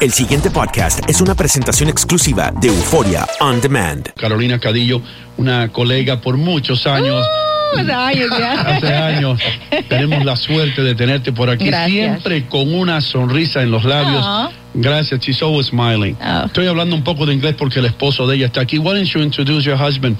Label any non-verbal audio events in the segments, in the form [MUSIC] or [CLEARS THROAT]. El siguiente podcast es una presentación exclusiva de Euforia On Demand. Carolina Cadillo, una colega por muchos años. Hace años ya. Hace años tenemos la suerte de tenerte por aquí, Gracias. Ah. siempre con una sonrisa en los labios. Aw. Gracias, she's always smiling. Oh. Estoy hablando un poco de inglés porque el esposo de ella está aquí. Why don't you introduce your husband?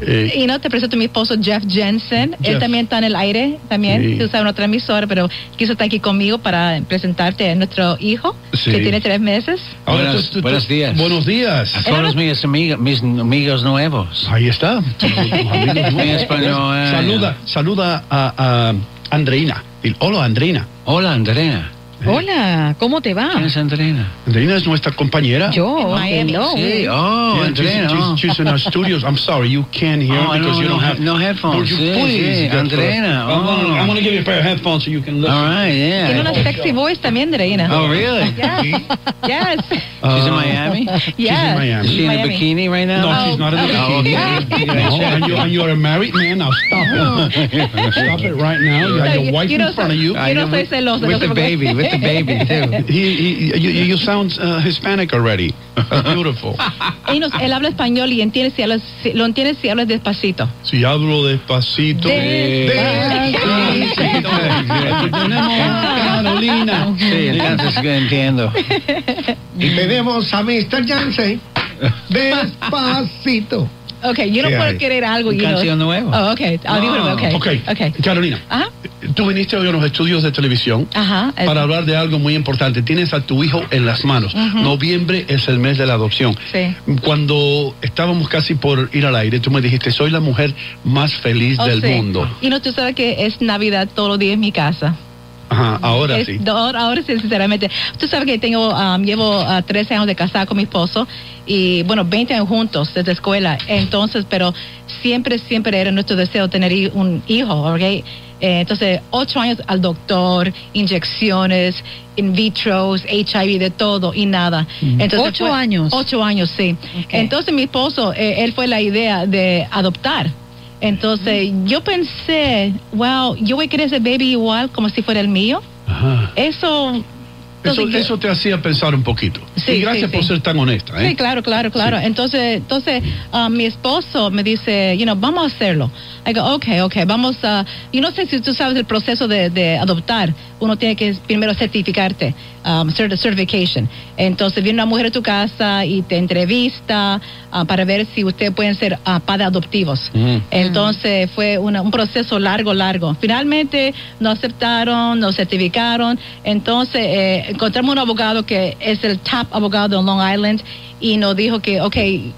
Eh, Y no, te presento a mi esposo Jeff Jensen. Jeff. Él también está en el aire, también. Sí. Se usa en otra emisora, pero quiso estar aquí conmigo para presentarte a nuestro hijo, Sí. que tiene tres meses. ahora Buenas- buenos días. Buenos días. A todos mis amigos, mis amigos nuevos. Ahí está. Eh, Muy español. eh. Saluda, saluda a, a Andreina. Dile, Hola, Andreina. Hola, Andrea. Hola, ¿cómo te va? Ah. ¿Quién es Andrea? Andreina es nuestra compañera. Yo, Miami. hello. Sí, oh, Oh, Yeah, Andrea. she's, oh. she's- she's in our studios. I'm sorry, you can't hear Oh, because no, you no don't have he- no headphones. Would you Yeah, please yeah, get Andrea, first? I'm gonna- oh. I'm going to give you a pair of headphones so you can listen. All right, Tiene yeah. una sexy voice también, Dreina. Oh, really? [LAUGHS] Yes. She's in Uh, [LAUGHS] Miami? yes. Miami. Is she in a Miami. bikini right No, now? she's not in the Oh, okay. No, and, you, and you're a married man. Now stop it. Oh. stop it right now. You have your wife You in know, front of you. I- Yo no soy celosa, no With sé the por qué. baby, with the baby, [LAUGHS] too. He, he, you, you sound uh, Hispanic already. That's [LAUGHS] beautiful. Y nos- él habla español y entiende si hablas, si- lo entiende si hablas despacito. Si hablo despacito. Despacito. Tenemos a [LAUGHS] Carolina. Sí, entonces entiendo. Y tenemos a Mr. Jansen despacito. Okay, yo no ¿Qué puedo hay? querer algo. Un you know. canción nuevo. Oh, okay. I'll do No. it, okay. Ah. Ok, Okay. Carolina, Ajá. tú viniste hoy a los estudios de televisión Ajá. eh, para hablar de algo muy importante. Tienes a tu hijo en las manos. Noviembre es el mes de la adopción. Sí. Cuando estábamos casi por ir al aire, tú me dijiste, soy la mujer más feliz oh, del sí. mundo. Y no, tú sabes que es Navidad todos los días en mi casa. Ajá, ahora Es- sí. do- ahora, ahora sí, sinceramente. Tú sabes que tengo, um, llevo ah, 13 años de casada con mi esposo y, bueno, 20 años juntos desde escuela. Entonces, pero siempre, siempre era nuestro deseo tener hi- un hijo, ¿ok? Eh, entonces, ocho años al doctor, inyecciones, in vitros, HIV, de todo y nada. Entonces, pues, Ocho años. Ocho años, sí. Entonces, mi esposo, eh, él fue la idea de adoptar. Entonces, yo pensé, wow, yo voy a querer ese baby igual como si fuera el mío. Ajá. Eso. Eso, entonces, eso te hacía pensar un poquito. Sí, y gracias sí, sí. por ser tan honesta. ¿eh? Sí, claro, claro, claro. Entonces, entonces ah, mi esposo me dice, you know, vamos a hacerlo. I go, okay, okay, vamos a. Yo no sé si tú sabes el proceso de, de adoptar. Uno tiene que primero certificarte, um, cert- certification. Entonces viene una mujer a tu casa y te entrevista ah, para ver si ustedes pueden ser ah, padres adoptivos. Ujú. Entonces fue una- un proceso largo, largo. Finalmente nos aceptaron, nos certificaron. Entonces eh, encontramos un abogado que es el top abogado en Long Island y nos dijo que, ok,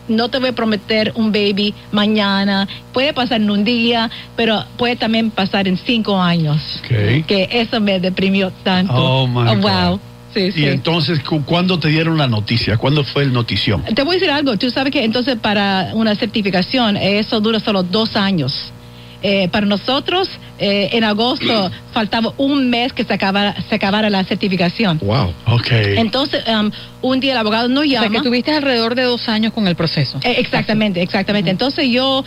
no te voy a prometer un baby mañana, puede pasar en un día, pero puede también pasar en cinco años. Ok. Que eso me deprimió tanto. Oh, my wow. God. Sí, sí. Y entonces, cu- ¿cuándo te dieron la noticia? ¿Cuándo fue el notición? Te voy a decir algo, tú sabes que entonces para una certificación eh, eso dura solo dos años. Eh, para nosotros eh, en agosto faltaba un mes que se acabara, se acabara la certificación. Wow. Ok. Entonces um, un día el abogado no O sea, llama. que tuviste alrededor de dos años con el proceso. Eh, exactamente, exactamente. Entonces yo,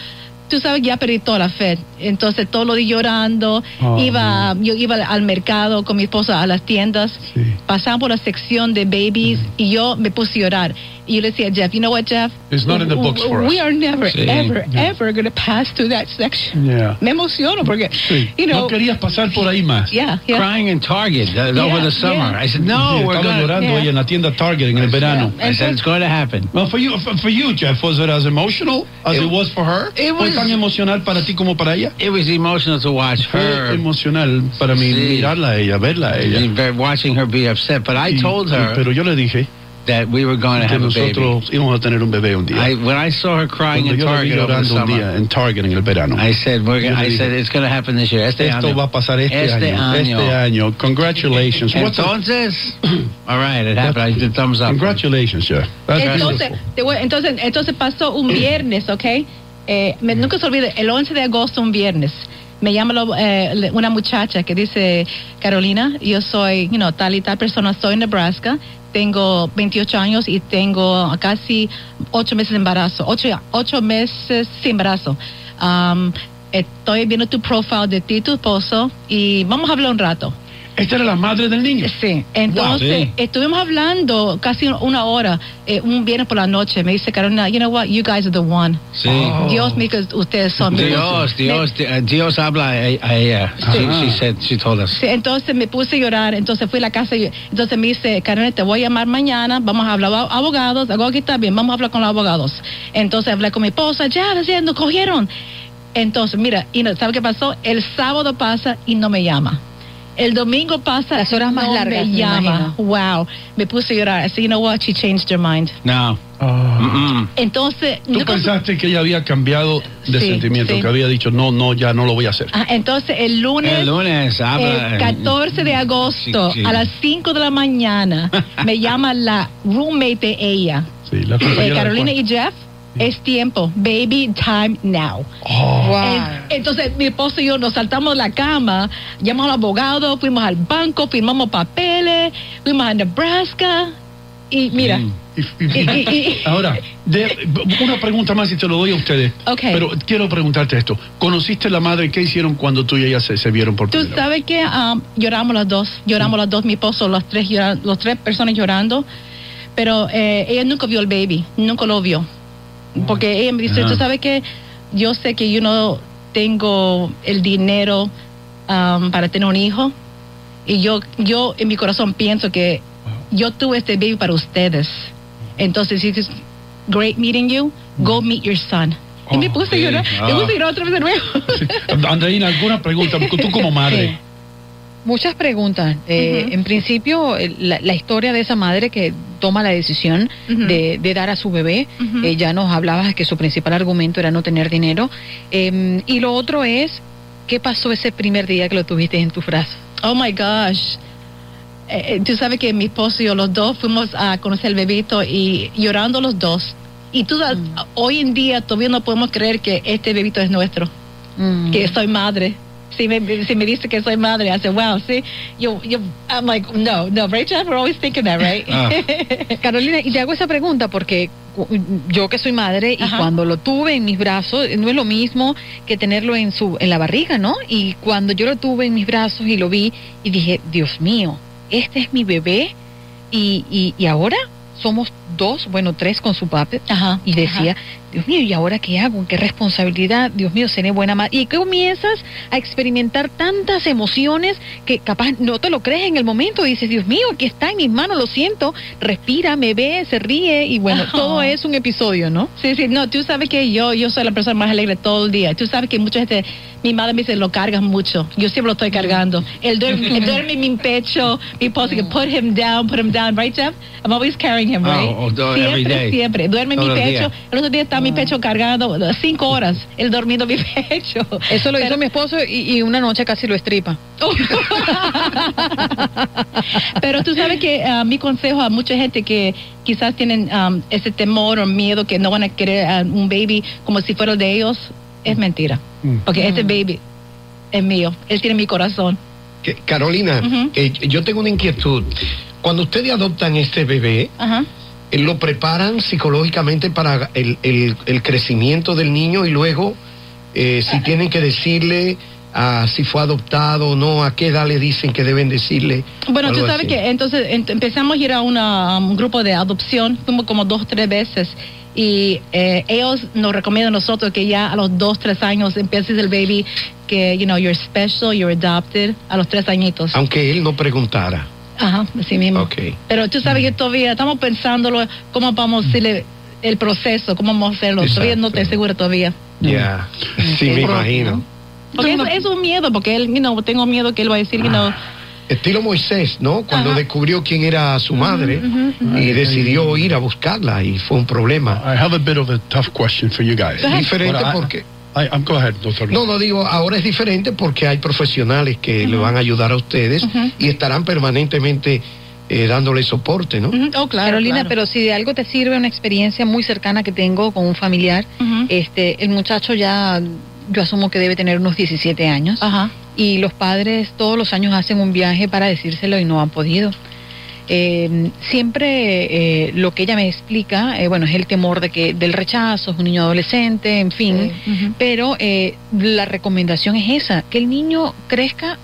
tú sabes, ya perdí toda la fe. Entonces todo lo di llorando. Oh, iba, yo iba al mercado con mi esposa a las tiendas. Sí. Pasaba por la sección de babies y yo me puse a llorar. Y yo le decía a Jeff, you know what, Jeff? It's not in the books for us." We are never, Sí. ever, ever going to pass through that section. Yeah. Me emociono porque, Sí. you know, no querías pasar por ahí más. yeah, yeah. Crying in Target uh, Yeah, over the summer. yeah. I said, Sí, no, we're estaba going llorando Yeah. ahí en la tienda Target en el verano. I said, it's going to happen. Well, for you, for, for you, Jeff, was it as emotional as it, It- was for her? it ¿Fue was- tan emocional para ti como para ella? It was emotional to watch Fue her emocional para mí Sí. mirarla a ella, verla a ella. be- watching her be upset. But I Y- told her Pero yo le dije that we were going to que have a baby. nosotros íbamos a tener un bebé un día. I, when I saw her crying Cuando in yo la vi Target over the llorando un summer, día en Target en el verano. I said, we're Yo gonna, le I dije, said, it's going to happen this year. Este Esto año. va a pasar este, Este año, año. Este año. Congratulations. What's up? Entonces, [CLEARS THROAT] all right, it happened. I did thumbs up. Congratulations, Jeff. That's Entonces, beautiful. te voy- entonces, entonces pasó un viernes, ¿ok? Eh, me- nunca se olvide, el 11 de agosto, un viernes, me llama lo- eh, le- una muchacha que dice, Carolina, yo soy, you know, tal y tal persona, soy en Nebraska, tengo 28 años y tengo casi 8 meses de embarazo, 8, meses sin embarazo. Um, estoy viendo tu profile de ti, tu esposo, y vamos a hablar un rato. Esta era la madre del niño. Sí. Entonces, estuvimos hablando casi una hora, eh, un viernes por la noche. Me dice Carolina, you know what, you guys are the one. Sí. Oh. Dios mío, que ustedes son. Dios, Dios, di- uh, Dios habla a, a ella. She, Ah. she said, she told us. Sí, entonces me puse a llorar, entonces fui a la casa y entonces me dice, Carolina, te voy a llamar mañana, vamos a hablar a abogados, hago aquí está bien, vamos a hablar con los abogados. Entonces hablé con mi esposa, ya, ya, nos cogieron. Entonces, mira, y no, ¿sabe qué pasó? El sábado pasa y no me llama. El domingo pasa, Las horas más no largas, me me llama. wow, me puse a llorar. I said, you know what? She changed her mind. No. Oh. Mm-mm. Entonces, Tú yo- pensaste que ella había cambiado de pues, Sí, sentimiento, sí. que había dicho, no, no, ya no lo voy a hacer. Ah, entonces el lunes. El lunes habla. El 14 de agosto Ah, eh, Sí, sí. a las 5 de la mañana me llama la roommate de ella, Sí, la Eh, compañera de Carolina cuarto. y Jeff. Es tiempo, baby time now. Oh. Wow. Es- entonces mi esposo y yo nos saltamos de la cama, llamamos al abogado, fuimos al banco, firmamos papeles, fuimos a Nebraska y mira, mm. Y- y- [LAUGHS] Y- [LAUGHS] y- y- Ahora, de- una pregunta más y te lo doy a ustedes. Ok. Pero quiero preguntarte esto. ¿Conociste la madre? ¿Qué hicieron cuando tú y ella se, se vieron por Tú primera vez? sabes que um, lloramos las dos, lloramos las dos, mi esposo, las tres, llora- las tres personas llorando, pero eh, ella nunca vio al baby, nunca lo vio, porque ella me dice, Ajá. tú sabes que yo sé que yo no tengo el dinero um, para tener un hijo y yo, yo en mi corazón pienso que yo tuve este baby para ustedes, entonces it's great meeting you, go meet your son. y me Oh, puse a sí. llorar, me Ah. puse a llorar otra vez de nuevo. Andreina, alguna pregunta. Tú como [LAUGHS] madre. Muchas preguntas. Eh, Ujú. En principio, el- la, la historia de esa madre que toma la decisión Ujú. de, de dar a su bebé, Ujú. eh, ya nos hablabas que su principal argumento era no tener dinero. Eh, y lo otro es, ¿qué pasó ese primer día que lo tuviste en tu frase? Oh my gosh. Eh, eh, tú sabes que mi esposo y yo, los dos, fuimos a conocer al bebito y llorando los dos. Y tú, sabes, hoy en día todavía no podemos creer que este bebito es nuestro, que Mm. soy madre. Si me, si me dice que soy madre, I say, wow, see, you, you, I'm like, no, no, Rachel, we're always thinking that, [LAUGHS] right? Ah. [LAUGHS] Carolina, y te hago esa pregunta porque cu- yo que soy madre y Ajá. cuando lo tuve en mis brazos eh, no es lo mismo que tenerlo en su en la barriga, ¿no? Y cuando yo lo tuve en mis brazos y lo vi y dije, Dios mío, este es mi bebé y, y, y ahora somos dos, bueno tres con su papá Ajá. y decía, Dios mío, ¿y ahora qué hago? ¿Qué responsabilidad? Dios mío, seré buena madre. Y comienzas a experimentar tantas emociones que capaz no te lo crees en el momento. Dices, Dios mío, aquí está en mis manos, lo siento. Respira, me ve, se ríe y bueno, Ajá. todo es un episodio, ¿no? Sí, sí, no, tú sabes que yo, yo soy la persona más alegre todo el día. Tú sabes que mucha gente, mi madre me dice, lo cargas mucho. Yo siempre lo estoy cargando. Él duerme, [LAUGHS] él duerme en mi pecho, mi esposo que put him down, put him down, right, Jeff? I'm always carrying him, Oh, [LAUGHS] right? oh, do- siempre, every day. siempre. Duerme en mi Todo el pecho. día. El otro día está Oh. mi pecho cargado, cinco horas, él dormido en mi [LAUGHS] pecho. Eso lo Pero- hizo mi esposo y, y una noche casi lo estripa. Pero tú sabes que ah, mi consejo a mucha gente que quizás tienen am, ese temor o miedo que no van a querer a un baby como si fuera el de ellos, es mentira. Mm. Porque este baby es mío, él tiene mi corazón. Que- Carolina, Ujú. eh, yo tengo una inquietud. Cuando ustedes adoptan este bebé, Ajá. eh, ¿lo preparan psicológicamente para el, el- el crecimiento del niño y luego eh, si tienen que decirle ah, si fue adoptado o no, a qué edad le dicen que deben decirle? Bueno, o tú algo sabes así? que eh, entonces ent- empezamos a ir a una, um, un grupo de adopción, fuimos como dos, tres veces. Y eh, ellos nos recomiendan a nosotros que ya a los dos, tres años empieces el baby, que, you know, you're special, you're adopted, a los tres añitos. Aunque él no preguntara. Ajá, así Mm. mismo. Ah. Ok. Pero tú sabes que todavía estamos pensándolo, cómo vamos a decirle el proceso, cómo vamos a hacerlo. Todavía no estoy Mm. Exacto. segura todavía. Ya. Sí, me imagino. Porque eso, es un miedo, porque él, you know, tengo miedo que él va a decir, you know, Estilo Moisés, ¿no? Cuando Ajá. Mm. descubrió quién era su madre y decidió ir a buscarla y fue un problema. I have a bit of a tough question for you guys. Diferente Ahora, I- porque... I- I'm- go ahead, doctor. No, no digo, ahora es diferente porque hay profesionales que le van a ayudar a ustedes y estarán permanentemente eh, dándole soporte, ¿no? ujú, oh, claro, Carolina, claro. pero si de algo te sirve una experiencia muy cercana que tengo con un familiar, Ujú. este, el muchacho ya, yo asumo que debe tener unos 17 años. Ajá. y los padres todos los años hacen un viaje para decírselo y no han podido. Eh, siempre eh, lo que ella me explica, eh, bueno, es el temor de que del rechazo, es un niño adolescente, en fin, eh, Ujú. pero eh, la recomendación es esa, que el niño crezca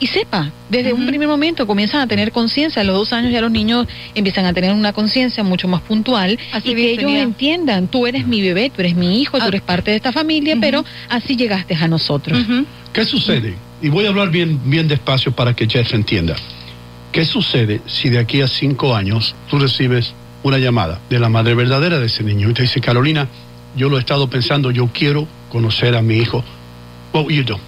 y sepa. Desde un Ujú. primer momento comienzan a tener conciencia. A los dos años ya los niños empiezan a tener una conciencia mucho más puntual Así y que dice, ellos mira. entiendan, tú eres mi bebé, tú eres mi hijo, tú Ah. eres parte de esta familia, Ujú. pero así llegaste a nosotros. Ujú. ¿Qué sucede? Y voy a hablar bien, bien despacio para que Jeff entienda. ¿Qué sucede si de aquí a cinco años tú recibes una llamada de la madre verdadera de ese niño y te dice, Carolina, yo lo he estado pensando, yo quiero conocer a mi hijo? What would you do?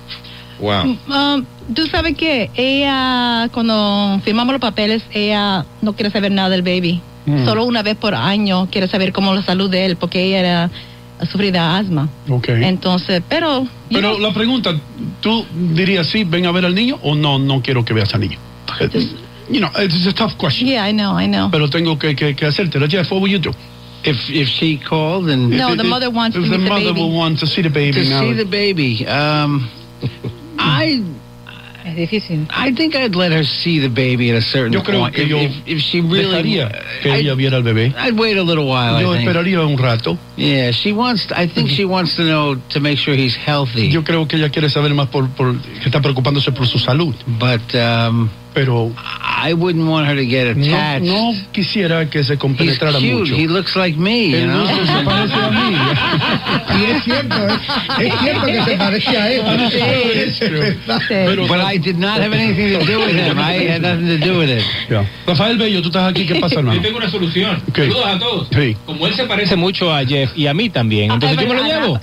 Wow. Um, Tú sabes que ella, cuando firmamos los papeles, ella no quiere saber nada del baby. Mm. Solo una vez por año quiere saber cómo la salud de él, porque ella era sufrida de asma. Ok. Entonces, pero... you Pero know, la pregunta, ¿tú dirías sí, ven a ver al niño o no, no quiero que veas al niño? It's- You know, it's a tough question. Yeah, I know, I know. Pero tengo que, que, que hacértela. Jeff, what would you do? If if she called and No, the mother wants to If the meet the mother baby. will want to see the baby to now. see the baby, um, I Es difícil. I think I'd let her see the baby at a certain Yo creo point. que if, yo if, if she really, Dejaría que ella I'd, viera al bebé. I'd wait a little while. Yo I think. esperaría un rato. Yeah, she wants. I think she wants to know to make sure he's healthy. Yo creo que ella quiere saber más por, por que está preocupándose por su salud. But um, Pero I wouldn't want her to get no, attached. no quisiera que se He's compenetrara cute. mucho. He looks like me, you Él no know. se se parece a mí. Y es cierto, es, es cierto que se parece a Ah, él. It's true. Pero- [LAUGHS] But I [LAUGHS] did not have anything to do with him. I had nothing to do with it. Yeah. Rafael Bello, tú estás aquí, ¿qué pasa, Yo hermano? tengo una solución. Ok. Saludos a todos. Sí. Como él se parece mucho a Jeff y a mí también, Ah, entonces es yo me lo verdad. llevo.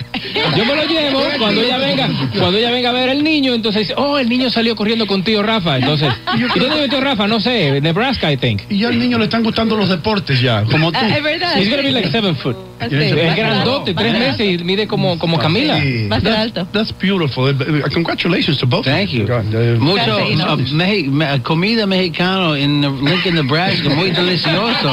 Yo me lo [LAUGHS] llevo cuando ella venga, cuando ella venga a ver al niño, entonces dice, "Oh, el niño salió corriendo con tío Rafa." [LAUGHS] Entonces, ¿y dónde vive tío Rafa? No sé, Nebraska, I think. Y ya al niño le están gustando los deportes ya, como tú. Ah, es verdad. He's gonna be like seven foot. Ah, sí. Va a Es ser grandote, alto, tres va a ser alto. meses y mide como como Camila. Sí. Va a ser That's- alto. That's beautiful. Uh, Congratulations to both. Thank you. God, uh, Mucho Claro, sí, ¿no? uh, Meji- me- comida mexicano en Lincoln, Nebraska, [LAUGHS] muy delicioso.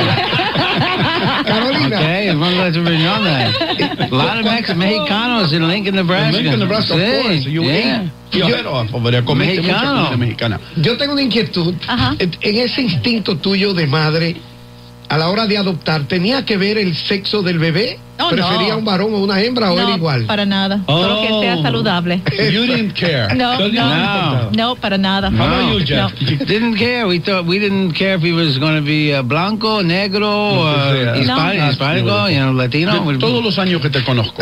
Carolina. Okay, I want to let you bring on that. A lot of Mex- Mexicanos in Lincoln, Nebraska. Lincoln, Nebraska, Sí, of course. You Oh, yeah. you head off over there. Comiste pues, mucha Mexicano. comida [LAUGHS] mexicana. Yo tengo una inquietud. Ajá. En en ese instinto tuyo de madre, a la hora de adoptar, ¿tenía que ver el sexo del bebé? Oh, ¿Prefería no. un varón o una hembra o era no, igual? para nada. Solo que sea saludable. You didn't care. No, Entonces, no, No. no, para nada. How about you, Jeff? Didn't care. We thought we didn't care if he was going to be uh, blanco, negro, No. uh, Hispanic, No. Hispanico, you know, Latino. De We'll- todos los años que te conozco,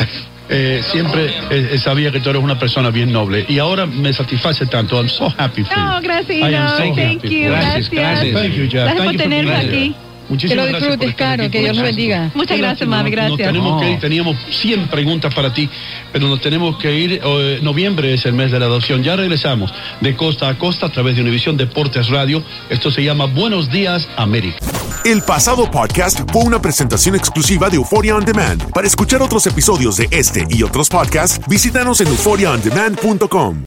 eh, siempre eh, eh, sabía que tú eres una persona bien noble. Y ahora me satisface tanto. I'm so happy for No, you. gracias. I am no, so thank happy. you. Gracias, Gracias. gracias. Thank you, Jeff. Gracias Thank por you for tenerme being aquí. here. Muchísimas Que lo gracias por disfrutes, estar Caro, aquí que con Dios los nosotros. bendiga. Muchas Qué gracias, lástima, mami, nos- nos gracias. tenemos que ir, No. teníamos 100 preguntas para ti, pero nos tenemos que ir. eh, noviembre es el mes de la adopción. Ya regresamos de costa a costa a través de Univisión Deportes Radio. Esto se llama Buenos Días América. El pasado podcast fue una presentación exclusiva de Euphoria On Demand. Para escuchar otros episodios de este y otros podcasts, visítanos en euphoriaondemand.com.